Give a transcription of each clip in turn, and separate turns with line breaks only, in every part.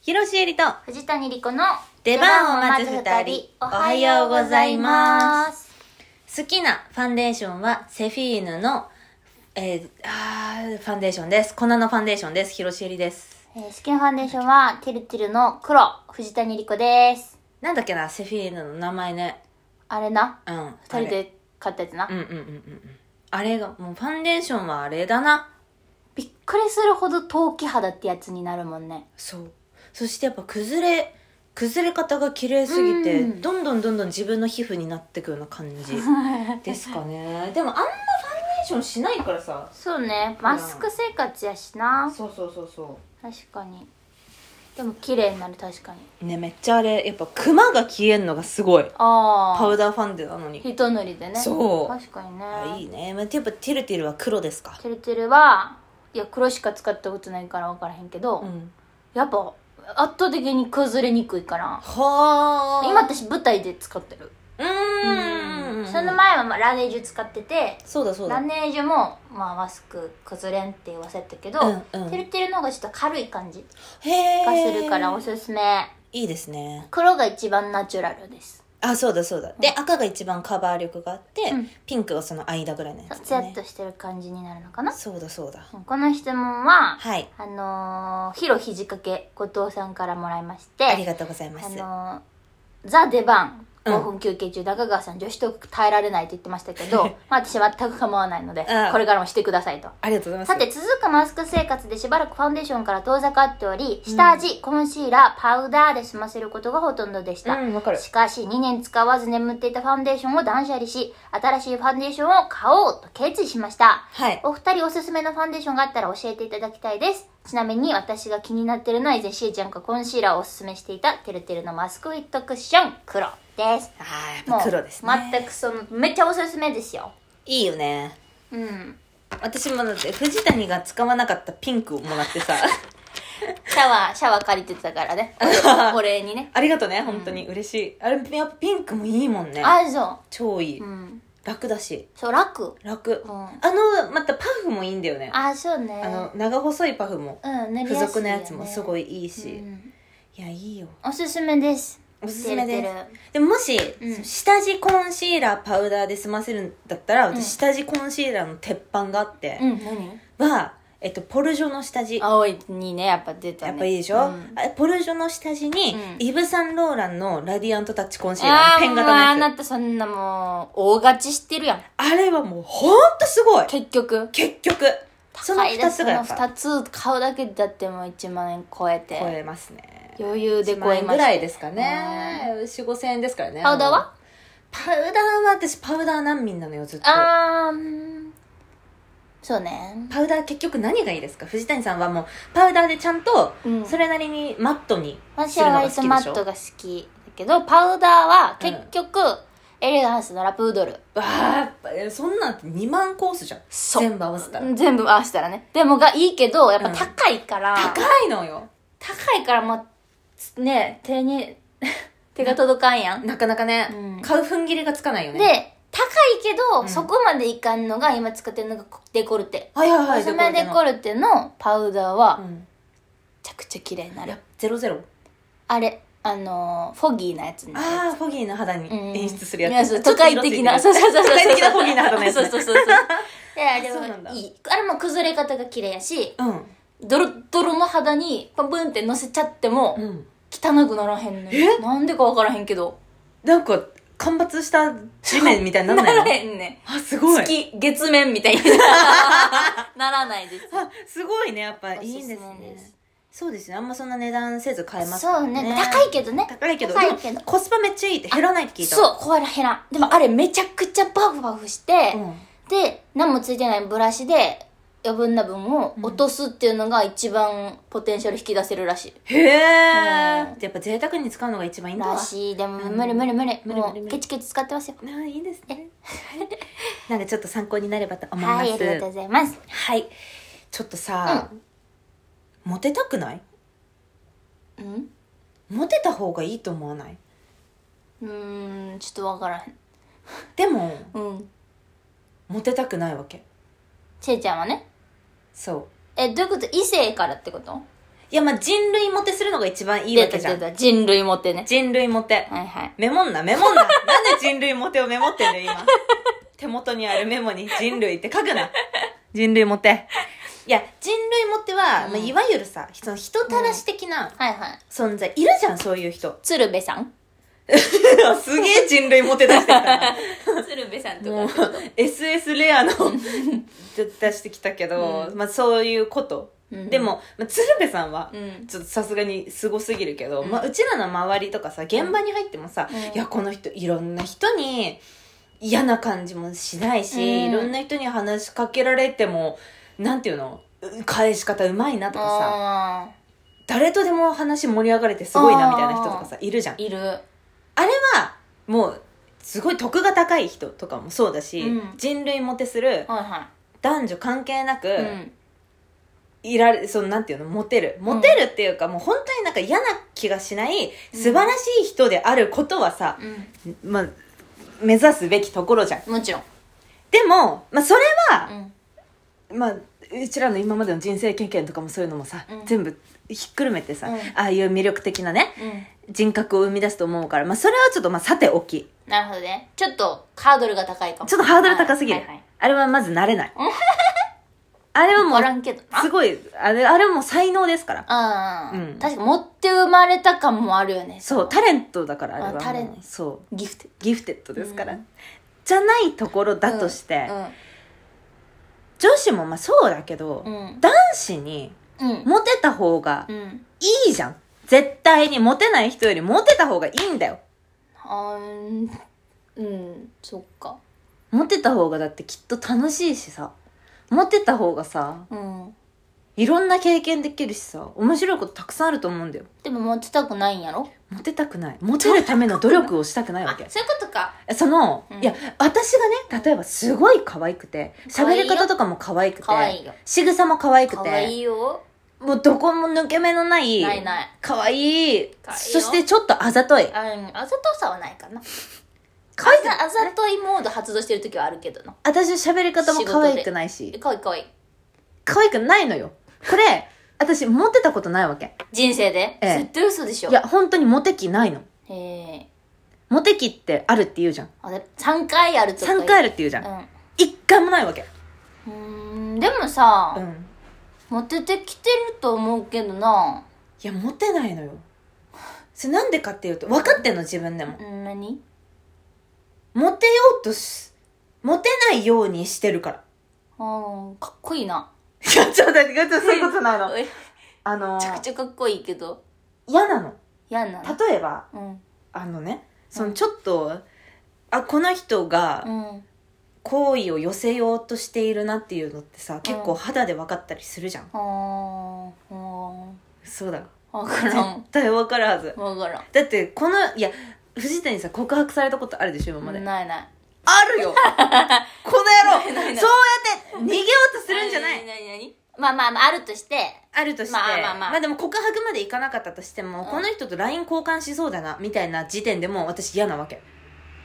広瀬えりと
藤谷莉子の
出番を待つ二人おはようございます好きなファンデーションはセフィーヌの、えー、あーファンデーションです。粉のファンデーションです。広瀬えりです。
えースキンファンデーションはてるてるの黒藤谷莉子です
なんだっけな、セフィーヌの名前ね。
あれな
うん。
二人で買ったやつな、
あれ。うんうんうんうんうん。あれが、もうファンデーションはあれだな。
びっくりするほど陶器肌ってやつになるもんね
そう。そしてやっぱ崩れ、崩れ方が綺麗すぎて、
うん
どんどんどんどん自分の皮膚になってくような 感じですかね。でもあんまファンデーションしないからさ。
そうねマスク生活やしな
そうそうそうそう。
確かにでも綺麗になる確かに
ねめっちゃあれやっぱクマが消えんのがすごい
ああ
パウダーファンデなのに
ひと塗りでね
そう
確かにね
あいいね、まあ、やっぱティルティルは黒ですか
てるてるはいや黒しか使ったことないから分からへんけど、
うん
やっぱ圧倒的に崩れにくいから
はあ
今私舞台で使ってる
うーん
その前はまあラネージュ使ってて
そうだそうだ
ラネージュもまあマスク崩れんって言わせたけど、
うんうん
てるてるの方がちょっと軽い感じ
へえ
がするからおすすめ
いいですね
黒が一番ナチュラルです
あそうだそうだで赤が一番カバー力があって、
うん
ピンクがその間ぐらいのやつ
ツヤ
だ
っ
ね
としてる感じになるのかな
そうだそうだ
この質問は、
はい
あのー、ヒロひじかけ後藤さんからもらいまして
ありがとうございます、
あのザ・出番
うん
5分休憩中、中川さん女子トーク耐えられないと言ってましたけ どまあ私全く構わないので、
うん
これからもしてくださいと
ありがとうございます
さて続くマスク生活でしばらくファンデーションから遠ざかっており下味、コンシーラーパウダーで済ませることがほとんどでした、
うんわかる
しかし2年使わず眠っていたファンデーションを断捨離し新しいファンデーションを買おうと決意しました
はい
お二人おすすめのファンデーションがあったら教えていただきたいです。ちなみに私が気になってるのは以前しーちゃんがコンシーラーをおすすめしていたてるてるのマスクフィットクッション黒です。
あーやっぱ黒ですね
もう全くそのめっちゃおすすめですよ。
いいよね
うん。
私もだって藤谷が使わなかったピンクをもらってさ
シャワーシャワー借りてたか らね。おお礼にね。
ありがとうね本当に嬉しい、あれやっぱピンクもいいもんね
あそ
超いい、
う。うん。
楽だし
そう楽。
楽、
うん
あのまたパフもいいんだよねあ
あそうね。
の長細いパフも
うん塗り
付
やす
属
いよね、
のやつもすご
い
いいいし、
うん
いやいいよ
おすすめです。
おすすめです
てるてる
でももし、
うん
下地コンシーラーパウダーで済ませるんだったら
うん
私下地コンシーラーの鉄板があって、
うん何？
は、えっと、ポルジョの下地
青いにねやっぱ出たね。
やっぱいいでしょ、
うん
あポルジョの下地に、
うん
イブ・サンローランのラディアントタッチコンシーラー
ああ
ペン型
もうあ
のや
な
つ
たそんなもう大勝ちしてるやん
あれはもうほんとすごい
結局
結局その
高いで
2
す
つがやっ
そ
ぱ
の2つ買うだけだってもう1万円超え
超
て
えますね
余裕で
1
超
万
え
円
まし
ぐ
た
らいですかね4 5千円ですからね
パウダーは
パウダーは私パウダー難民なのよずっと
あーうんそうね
パウダー結局何がいいですか藤谷さんはもうパウダーでちゃんと
うん
それなりにマットに
私
する
は
のが
割
好
と
き
マ
でし
ッ
ょ
トが好きだけどパウダーは結局、エレガンスのラプードル
わあそんなん2万コースじゃん
そう
全部合わせたら
全部合わせたらねでもがいいけどやっぱ高いから、
高いのよ
高いからもうね手に 手が届かんやん
なかなかね、
うん
買う踏ん切りがつかないよね
で高いけど、
うん
そこまでいかんのが今使ってるのがデコルテ、
はいはいはい
おすすめデコ
ル
ルテのパウダー
テ
は
の
め
うん
ちゃくちゃ綺麗にないる、
やゼロゼロ
あれあのーフォギーなやつね
ああフォギーな肌に演出する
いや
やつ、
そう都会的 な
ちょ
そ
っ
う
と
そうそうそう
色ついてる都会的なフォギーな肌のやつ、ね、
そうそうそうそうであれ
そうなんだ
はいいあれも崩れ方が綺麗やし
うん
ドロッドロの肌にパブンってのせちゃっても
うん
汚くならへんのよ
え
なんでかわからへんけど
なんか干ばつした地面みたいにな
な
らない
ら
の
へんね
あすごい
月月面みたいにならないです
あすごいねやっぱい
おす
い
すめ
んですね
です
そうですねあんまそんな値段せず買えますから
そう
ね
ね高いけどね
高いけど
高いけど
でもコスパめっちゃいいって減らないって聞いた
そうこれ減らんでもあれめちゃくちゃバフバフして、
うん
で何もついてないブラシで余分な分を落とすっていうのが一番ポテンシャル引き出せるらしい、
へえ
う
やっぱ贅沢に使うのが一番いいんだわ
らしいでも
うん
無理無理無理
無理無
も
理無理
うケチケチ使ってますよ
あーいいですねなんかちょっと参考になればと思いま
は
す
いありがとうございます
はいちょっとさ、モテたくない
うん
モテた方がいいと思わないう
ーんちょっとわからへん
でも
うん
モテたくないわけ
ちえちゃんはね
そう
えどういうこと異性からってこと
いいや、まあ、人類モテするのが一番いいわ
出
け
た
じゃ
出
ん。
た。人類モテね。
人類モテ。
はいはい。
メモんな、メモん な。なんで人類モテをメモってんの、今。手元にあるメモに人類って書くな。人類モテ。いや、人類モテは、
うん
まあ、いわゆるさ、その人たらし的な
はいはい。。
存在、いるじゃん、そういう人
鶴瓶さん
すげえ人類モテ出してきたな。
鶴瓶さん
もう、SS レアの出してきたけど、
う
まあそういうこと。
うん
でも、まあ、鶴瓶さんは、
うん
ちょっとさすがにすごすぎるけど、
うん
まあ、うちらの周りとかさ現場に入ってもさ、
うん
いやこの人いろんな人に嫌な感じもしないし、
うん
いろんな人に話しかけられてもなんていうのう返し方うまいなとかさ
あ
誰とでも話盛り上がれてすごいなみたいな人とかさいるじゃん
ーいる。
あれはもうすごい得が高い人とかもそうだし、
うん
人類モテする
はいは
男女関係なく、
い。うん。
いられ、その、なんていうの、モテる。モテるっていうか、もう本当になんか嫌な気がしない、素晴らしい人であることはさ、まあ、目指すべきところじゃん。
うん。もちろん。
でも、まあ、それは、
うん。
まあ、うちらの今までの人生経験とかもそういうのもさ、
うん
全部ひっくるめてさ、
うん
ああいう魅力的なね、
うん。
人格を生み出すと思うから、まあ、それはちょっと、まあ、さておき。
なるほどね。ちょっとハードルが高いかも。
ちょっとハードル高すぎる。
はいはいはい
あれはまず慣れない。 あれはも
わから
う、
んけどな。
すごい、あれ、あれはもう才能ですから。
ああ、
うん
確かに持って生まれた感もあるよね。
そう、タレントだから、あれはもう。
あタレント
そう。
ギフト。
ギフテッドですから、
うん
じゃないところだとして、
う
女子もまあそうだけど、
ん。うん。
男子に
うん。
モテた方が
うん。
いいじゃん絶対にモテない人よりモテた方がいいんだよ
あーうん。そっか。
モテた方がだってきっと楽しいしさモテた方がさ
うん。
いろんな経験できるしさ面白いことたくさんあると思うんだよ
でも持ちたくないんやろ
モテたくないモテるための努力をしたくないわ
あ、
け
そういうことか。
その、
うん
いや私がね例えばすごい可愛くて
可愛い
喋
よ
り方とかも可愛くて
可愛いよ
仕草も可愛くて
かわいいよ。
もうどこも抜け目のない。
ないない。
かわいい。
かわいい
そ
よ
してちょっとあざとい。
あうん。あざとさはないかな。あ
かわいい
ざ、あざといモード発動してる時はあるけどな。
私の喋り方も可愛くない
え
し。
かわいいかわいい。
可愛くないのよ。これ、私モテたことないわけ。
人生で
ええ
絶対嘘でしょ。
いや、本当にモテ期ないの。
へえ。
モテ期ってあるって言うじゃん。
あれ、3回あるとか言う
3回あるって言うじゃん。1回もないわけ。
うん。うーん、でもさ、
うん。
モテてきてると思うけどない
や、モテないのよ。それなんでかっていうと、分かってんの自分でも
う。ん何
モテようとし、モテないようにしてるから。
うんかっこいいない
や、ちょっと待って、ちょっとそういうことないの。
め
あのー、
ちゃくちゃかっこいいけど
嫌なの。
嫌なの
例えば、
うん
あのねそのちょっと、あこの人
う
が
ん
好意を寄せようとしているなっていうのってさ、結構肌で分かったりするじゃん
あーうん
そうだ
わから
絶
ん
対分かるはず
わからん
だってこのいや藤谷さん告白されたことあるでしょ今まで、
ないない
ある よこの野郎
ないない
そうやって逃げようとするんじゃない
何何まあまあまああるとして
あるとして、
まあまあまあ
でも告白までいかなかったとしても、
うん
この人と LINE 交換しそうだなみたいな時点でもう私嫌なわけ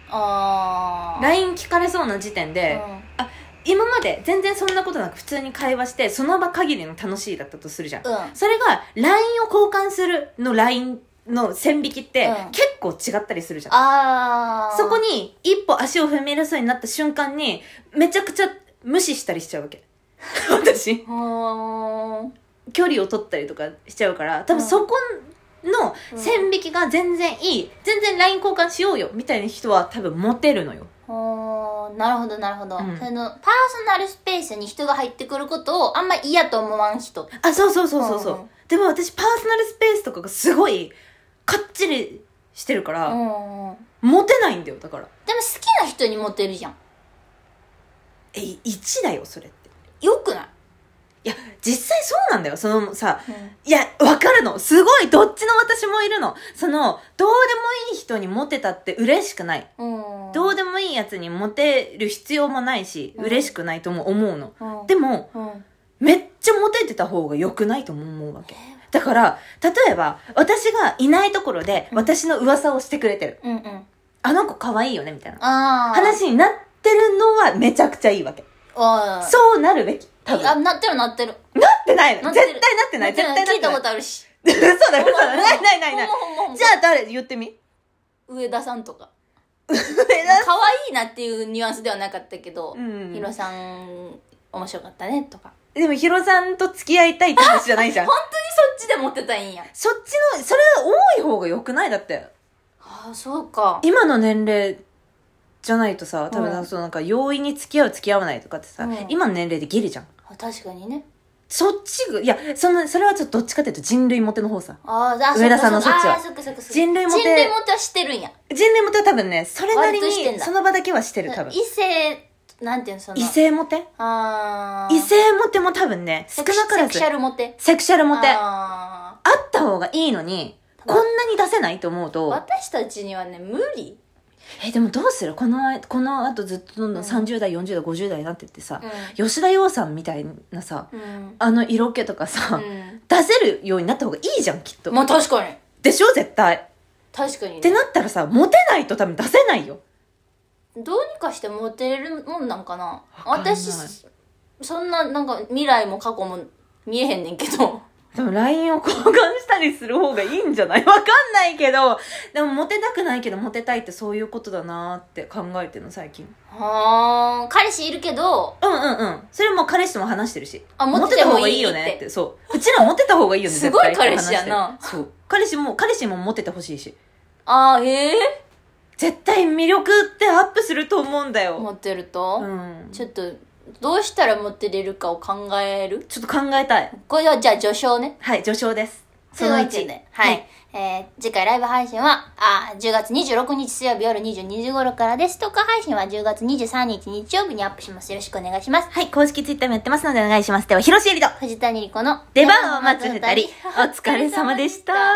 ああ
LINE 聞かれそうな時点で、今まで全然そんなことなく普通に会話してその場限りの楽しいだったとするじゃん、
うん
それが LINE を交換するの LINE の線引きって
うん
結構違ったりするじゃん、
ああ
そこに一歩足を踏み入れそうになった瞬間にめちゃくちゃ無視したりしちゃうわけ 私
うん
距離を取ったりとかしちゃうから多分
うん
そこの線引きが全然いい、全然 LINE 交換しようよみたいな人は多分モテるのよ
おーなるほどなるほど、
うん
そのパーソナルスペースに人が入ってくることをあんま嫌と思わん人
あそうそうそうそうそう、
うんうん
でも私パーソナルスペースとかがすごいかっちりしてるから、
うんうん
モテないんだよだから
でも好きな人にモテるじゃん
え1だよそれって
よくない
いや実際そうなんだよそのさ
うん
いやわかるのすごいどっちの私もいるのそのどうでもいい人にモテたって嬉しくない、
うん
ど
う
うでもいいやつにモテる必要もないし、
うん
嬉しくないとも思うの
うん
でも
うん
めっちゃモテてた方が良くないとも思うわけだから例えば私がいないところで
うん
私の噂をしてくれてる、
うんうん
あの子可愛いよねみたいな
ああ
話になってるのはめちゃくちゃいいわけ
あ
そうなるべき多分
あなってるなってる
なっってないの。
なってる
絶対なってない。絶対なって
聞いた
な
こ
い
と。あるし。
嘘だ、嘘だ。 ないないないない
ほ。んまほんまほんま
じゃあ誰言ってみ。
上田さんとか。
上田
可愛いなっていうニュアンスではなかったけど、
うん
ヒロさん、面白かったね、とか。
でもヒロさんと付き合いたいって話じゃないじゃん。
本当にそっちで持ってたんや。
そっちの、それ多い方が良くないだって。
ああ、そうか。
今の年齢じゃないとさ、多分
う
なんんかそのなんか容易に付き合う付き合わないとかってさ、
うん
今の年齢でギリじゃん。
あ確かにね。
そっちが、いや、その、それはちょっとどっちかっていうと人類モテの方さ。
あーあ、
上田さんのそっちは
あーそっかそっかそっか
人類モテ
人類モテはしてるんや。
人類モテは多分ね、それなり
割としてん
に、
だ
その場だけはしてる、多分。
異性、なんていうの、その。
異。性モテ
ああ。
異性モテも多分ね、少
セクシ
なから
セク
ず
シ、ャルモテ。
セクシャルモテ、あ
あ
った方がいいのに、こ
多分
んなに出せないと思う
ー
と、
私たちにはね、無理。
え、でもどうするこの、この後ずっとどんどん
うん
30代、40代、50代になってってさ、
う
吉田洋さんみたいなさ、
ん。うん。
あの色気とかさ、
うん。
出せるようになった方がいいじゃん、きっと。
まあ確かに。
でしょ絶対。
確かに、
って
ね。
なったらさ、モテないと多分出せないよ。
どうにかしてモテれるもんなんかな。
わかんない
私、そんな、なんか未来も過去も見えへんねんけ ど。
でも LINE を交換したりする方がいいんじゃない わかんないけど、でもモテたくないけどモテたいってそういうことだなって考えてるの、最近。
はあ、彼氏いるけど、
うんうんうん。それもう彼氏とも話してるし。
あモ
モ
テ
テ
て
た方
もいい
がいいよねって。 そう。うちらモテた方がいいよね、
すごい
絶対って話してる
彼氏やな
そう。彼氏も、彼氏もモテてほしいし。
ああ、ええ
絶対魅力ってアップすると思うんだよ。
モテると、
うん。
ちょっと、どうしたらモテれるかを考える
ちょっと考えたい。
これはじゃあ序章ね。
はい、序章です。そ
と
の
いうわけ
1。
ではい。。えー、次回ライブ配信は、あー、10月26日水曜日夜22時頃からです。ストッカー配信は10月23日日曜日にアップします。よろしくお願いします。
はい、公式ツイッターもやってますのでお願いします。では、広瀬えりと
藤谷莉子の
出番を待つ二人、お疲れ様でした。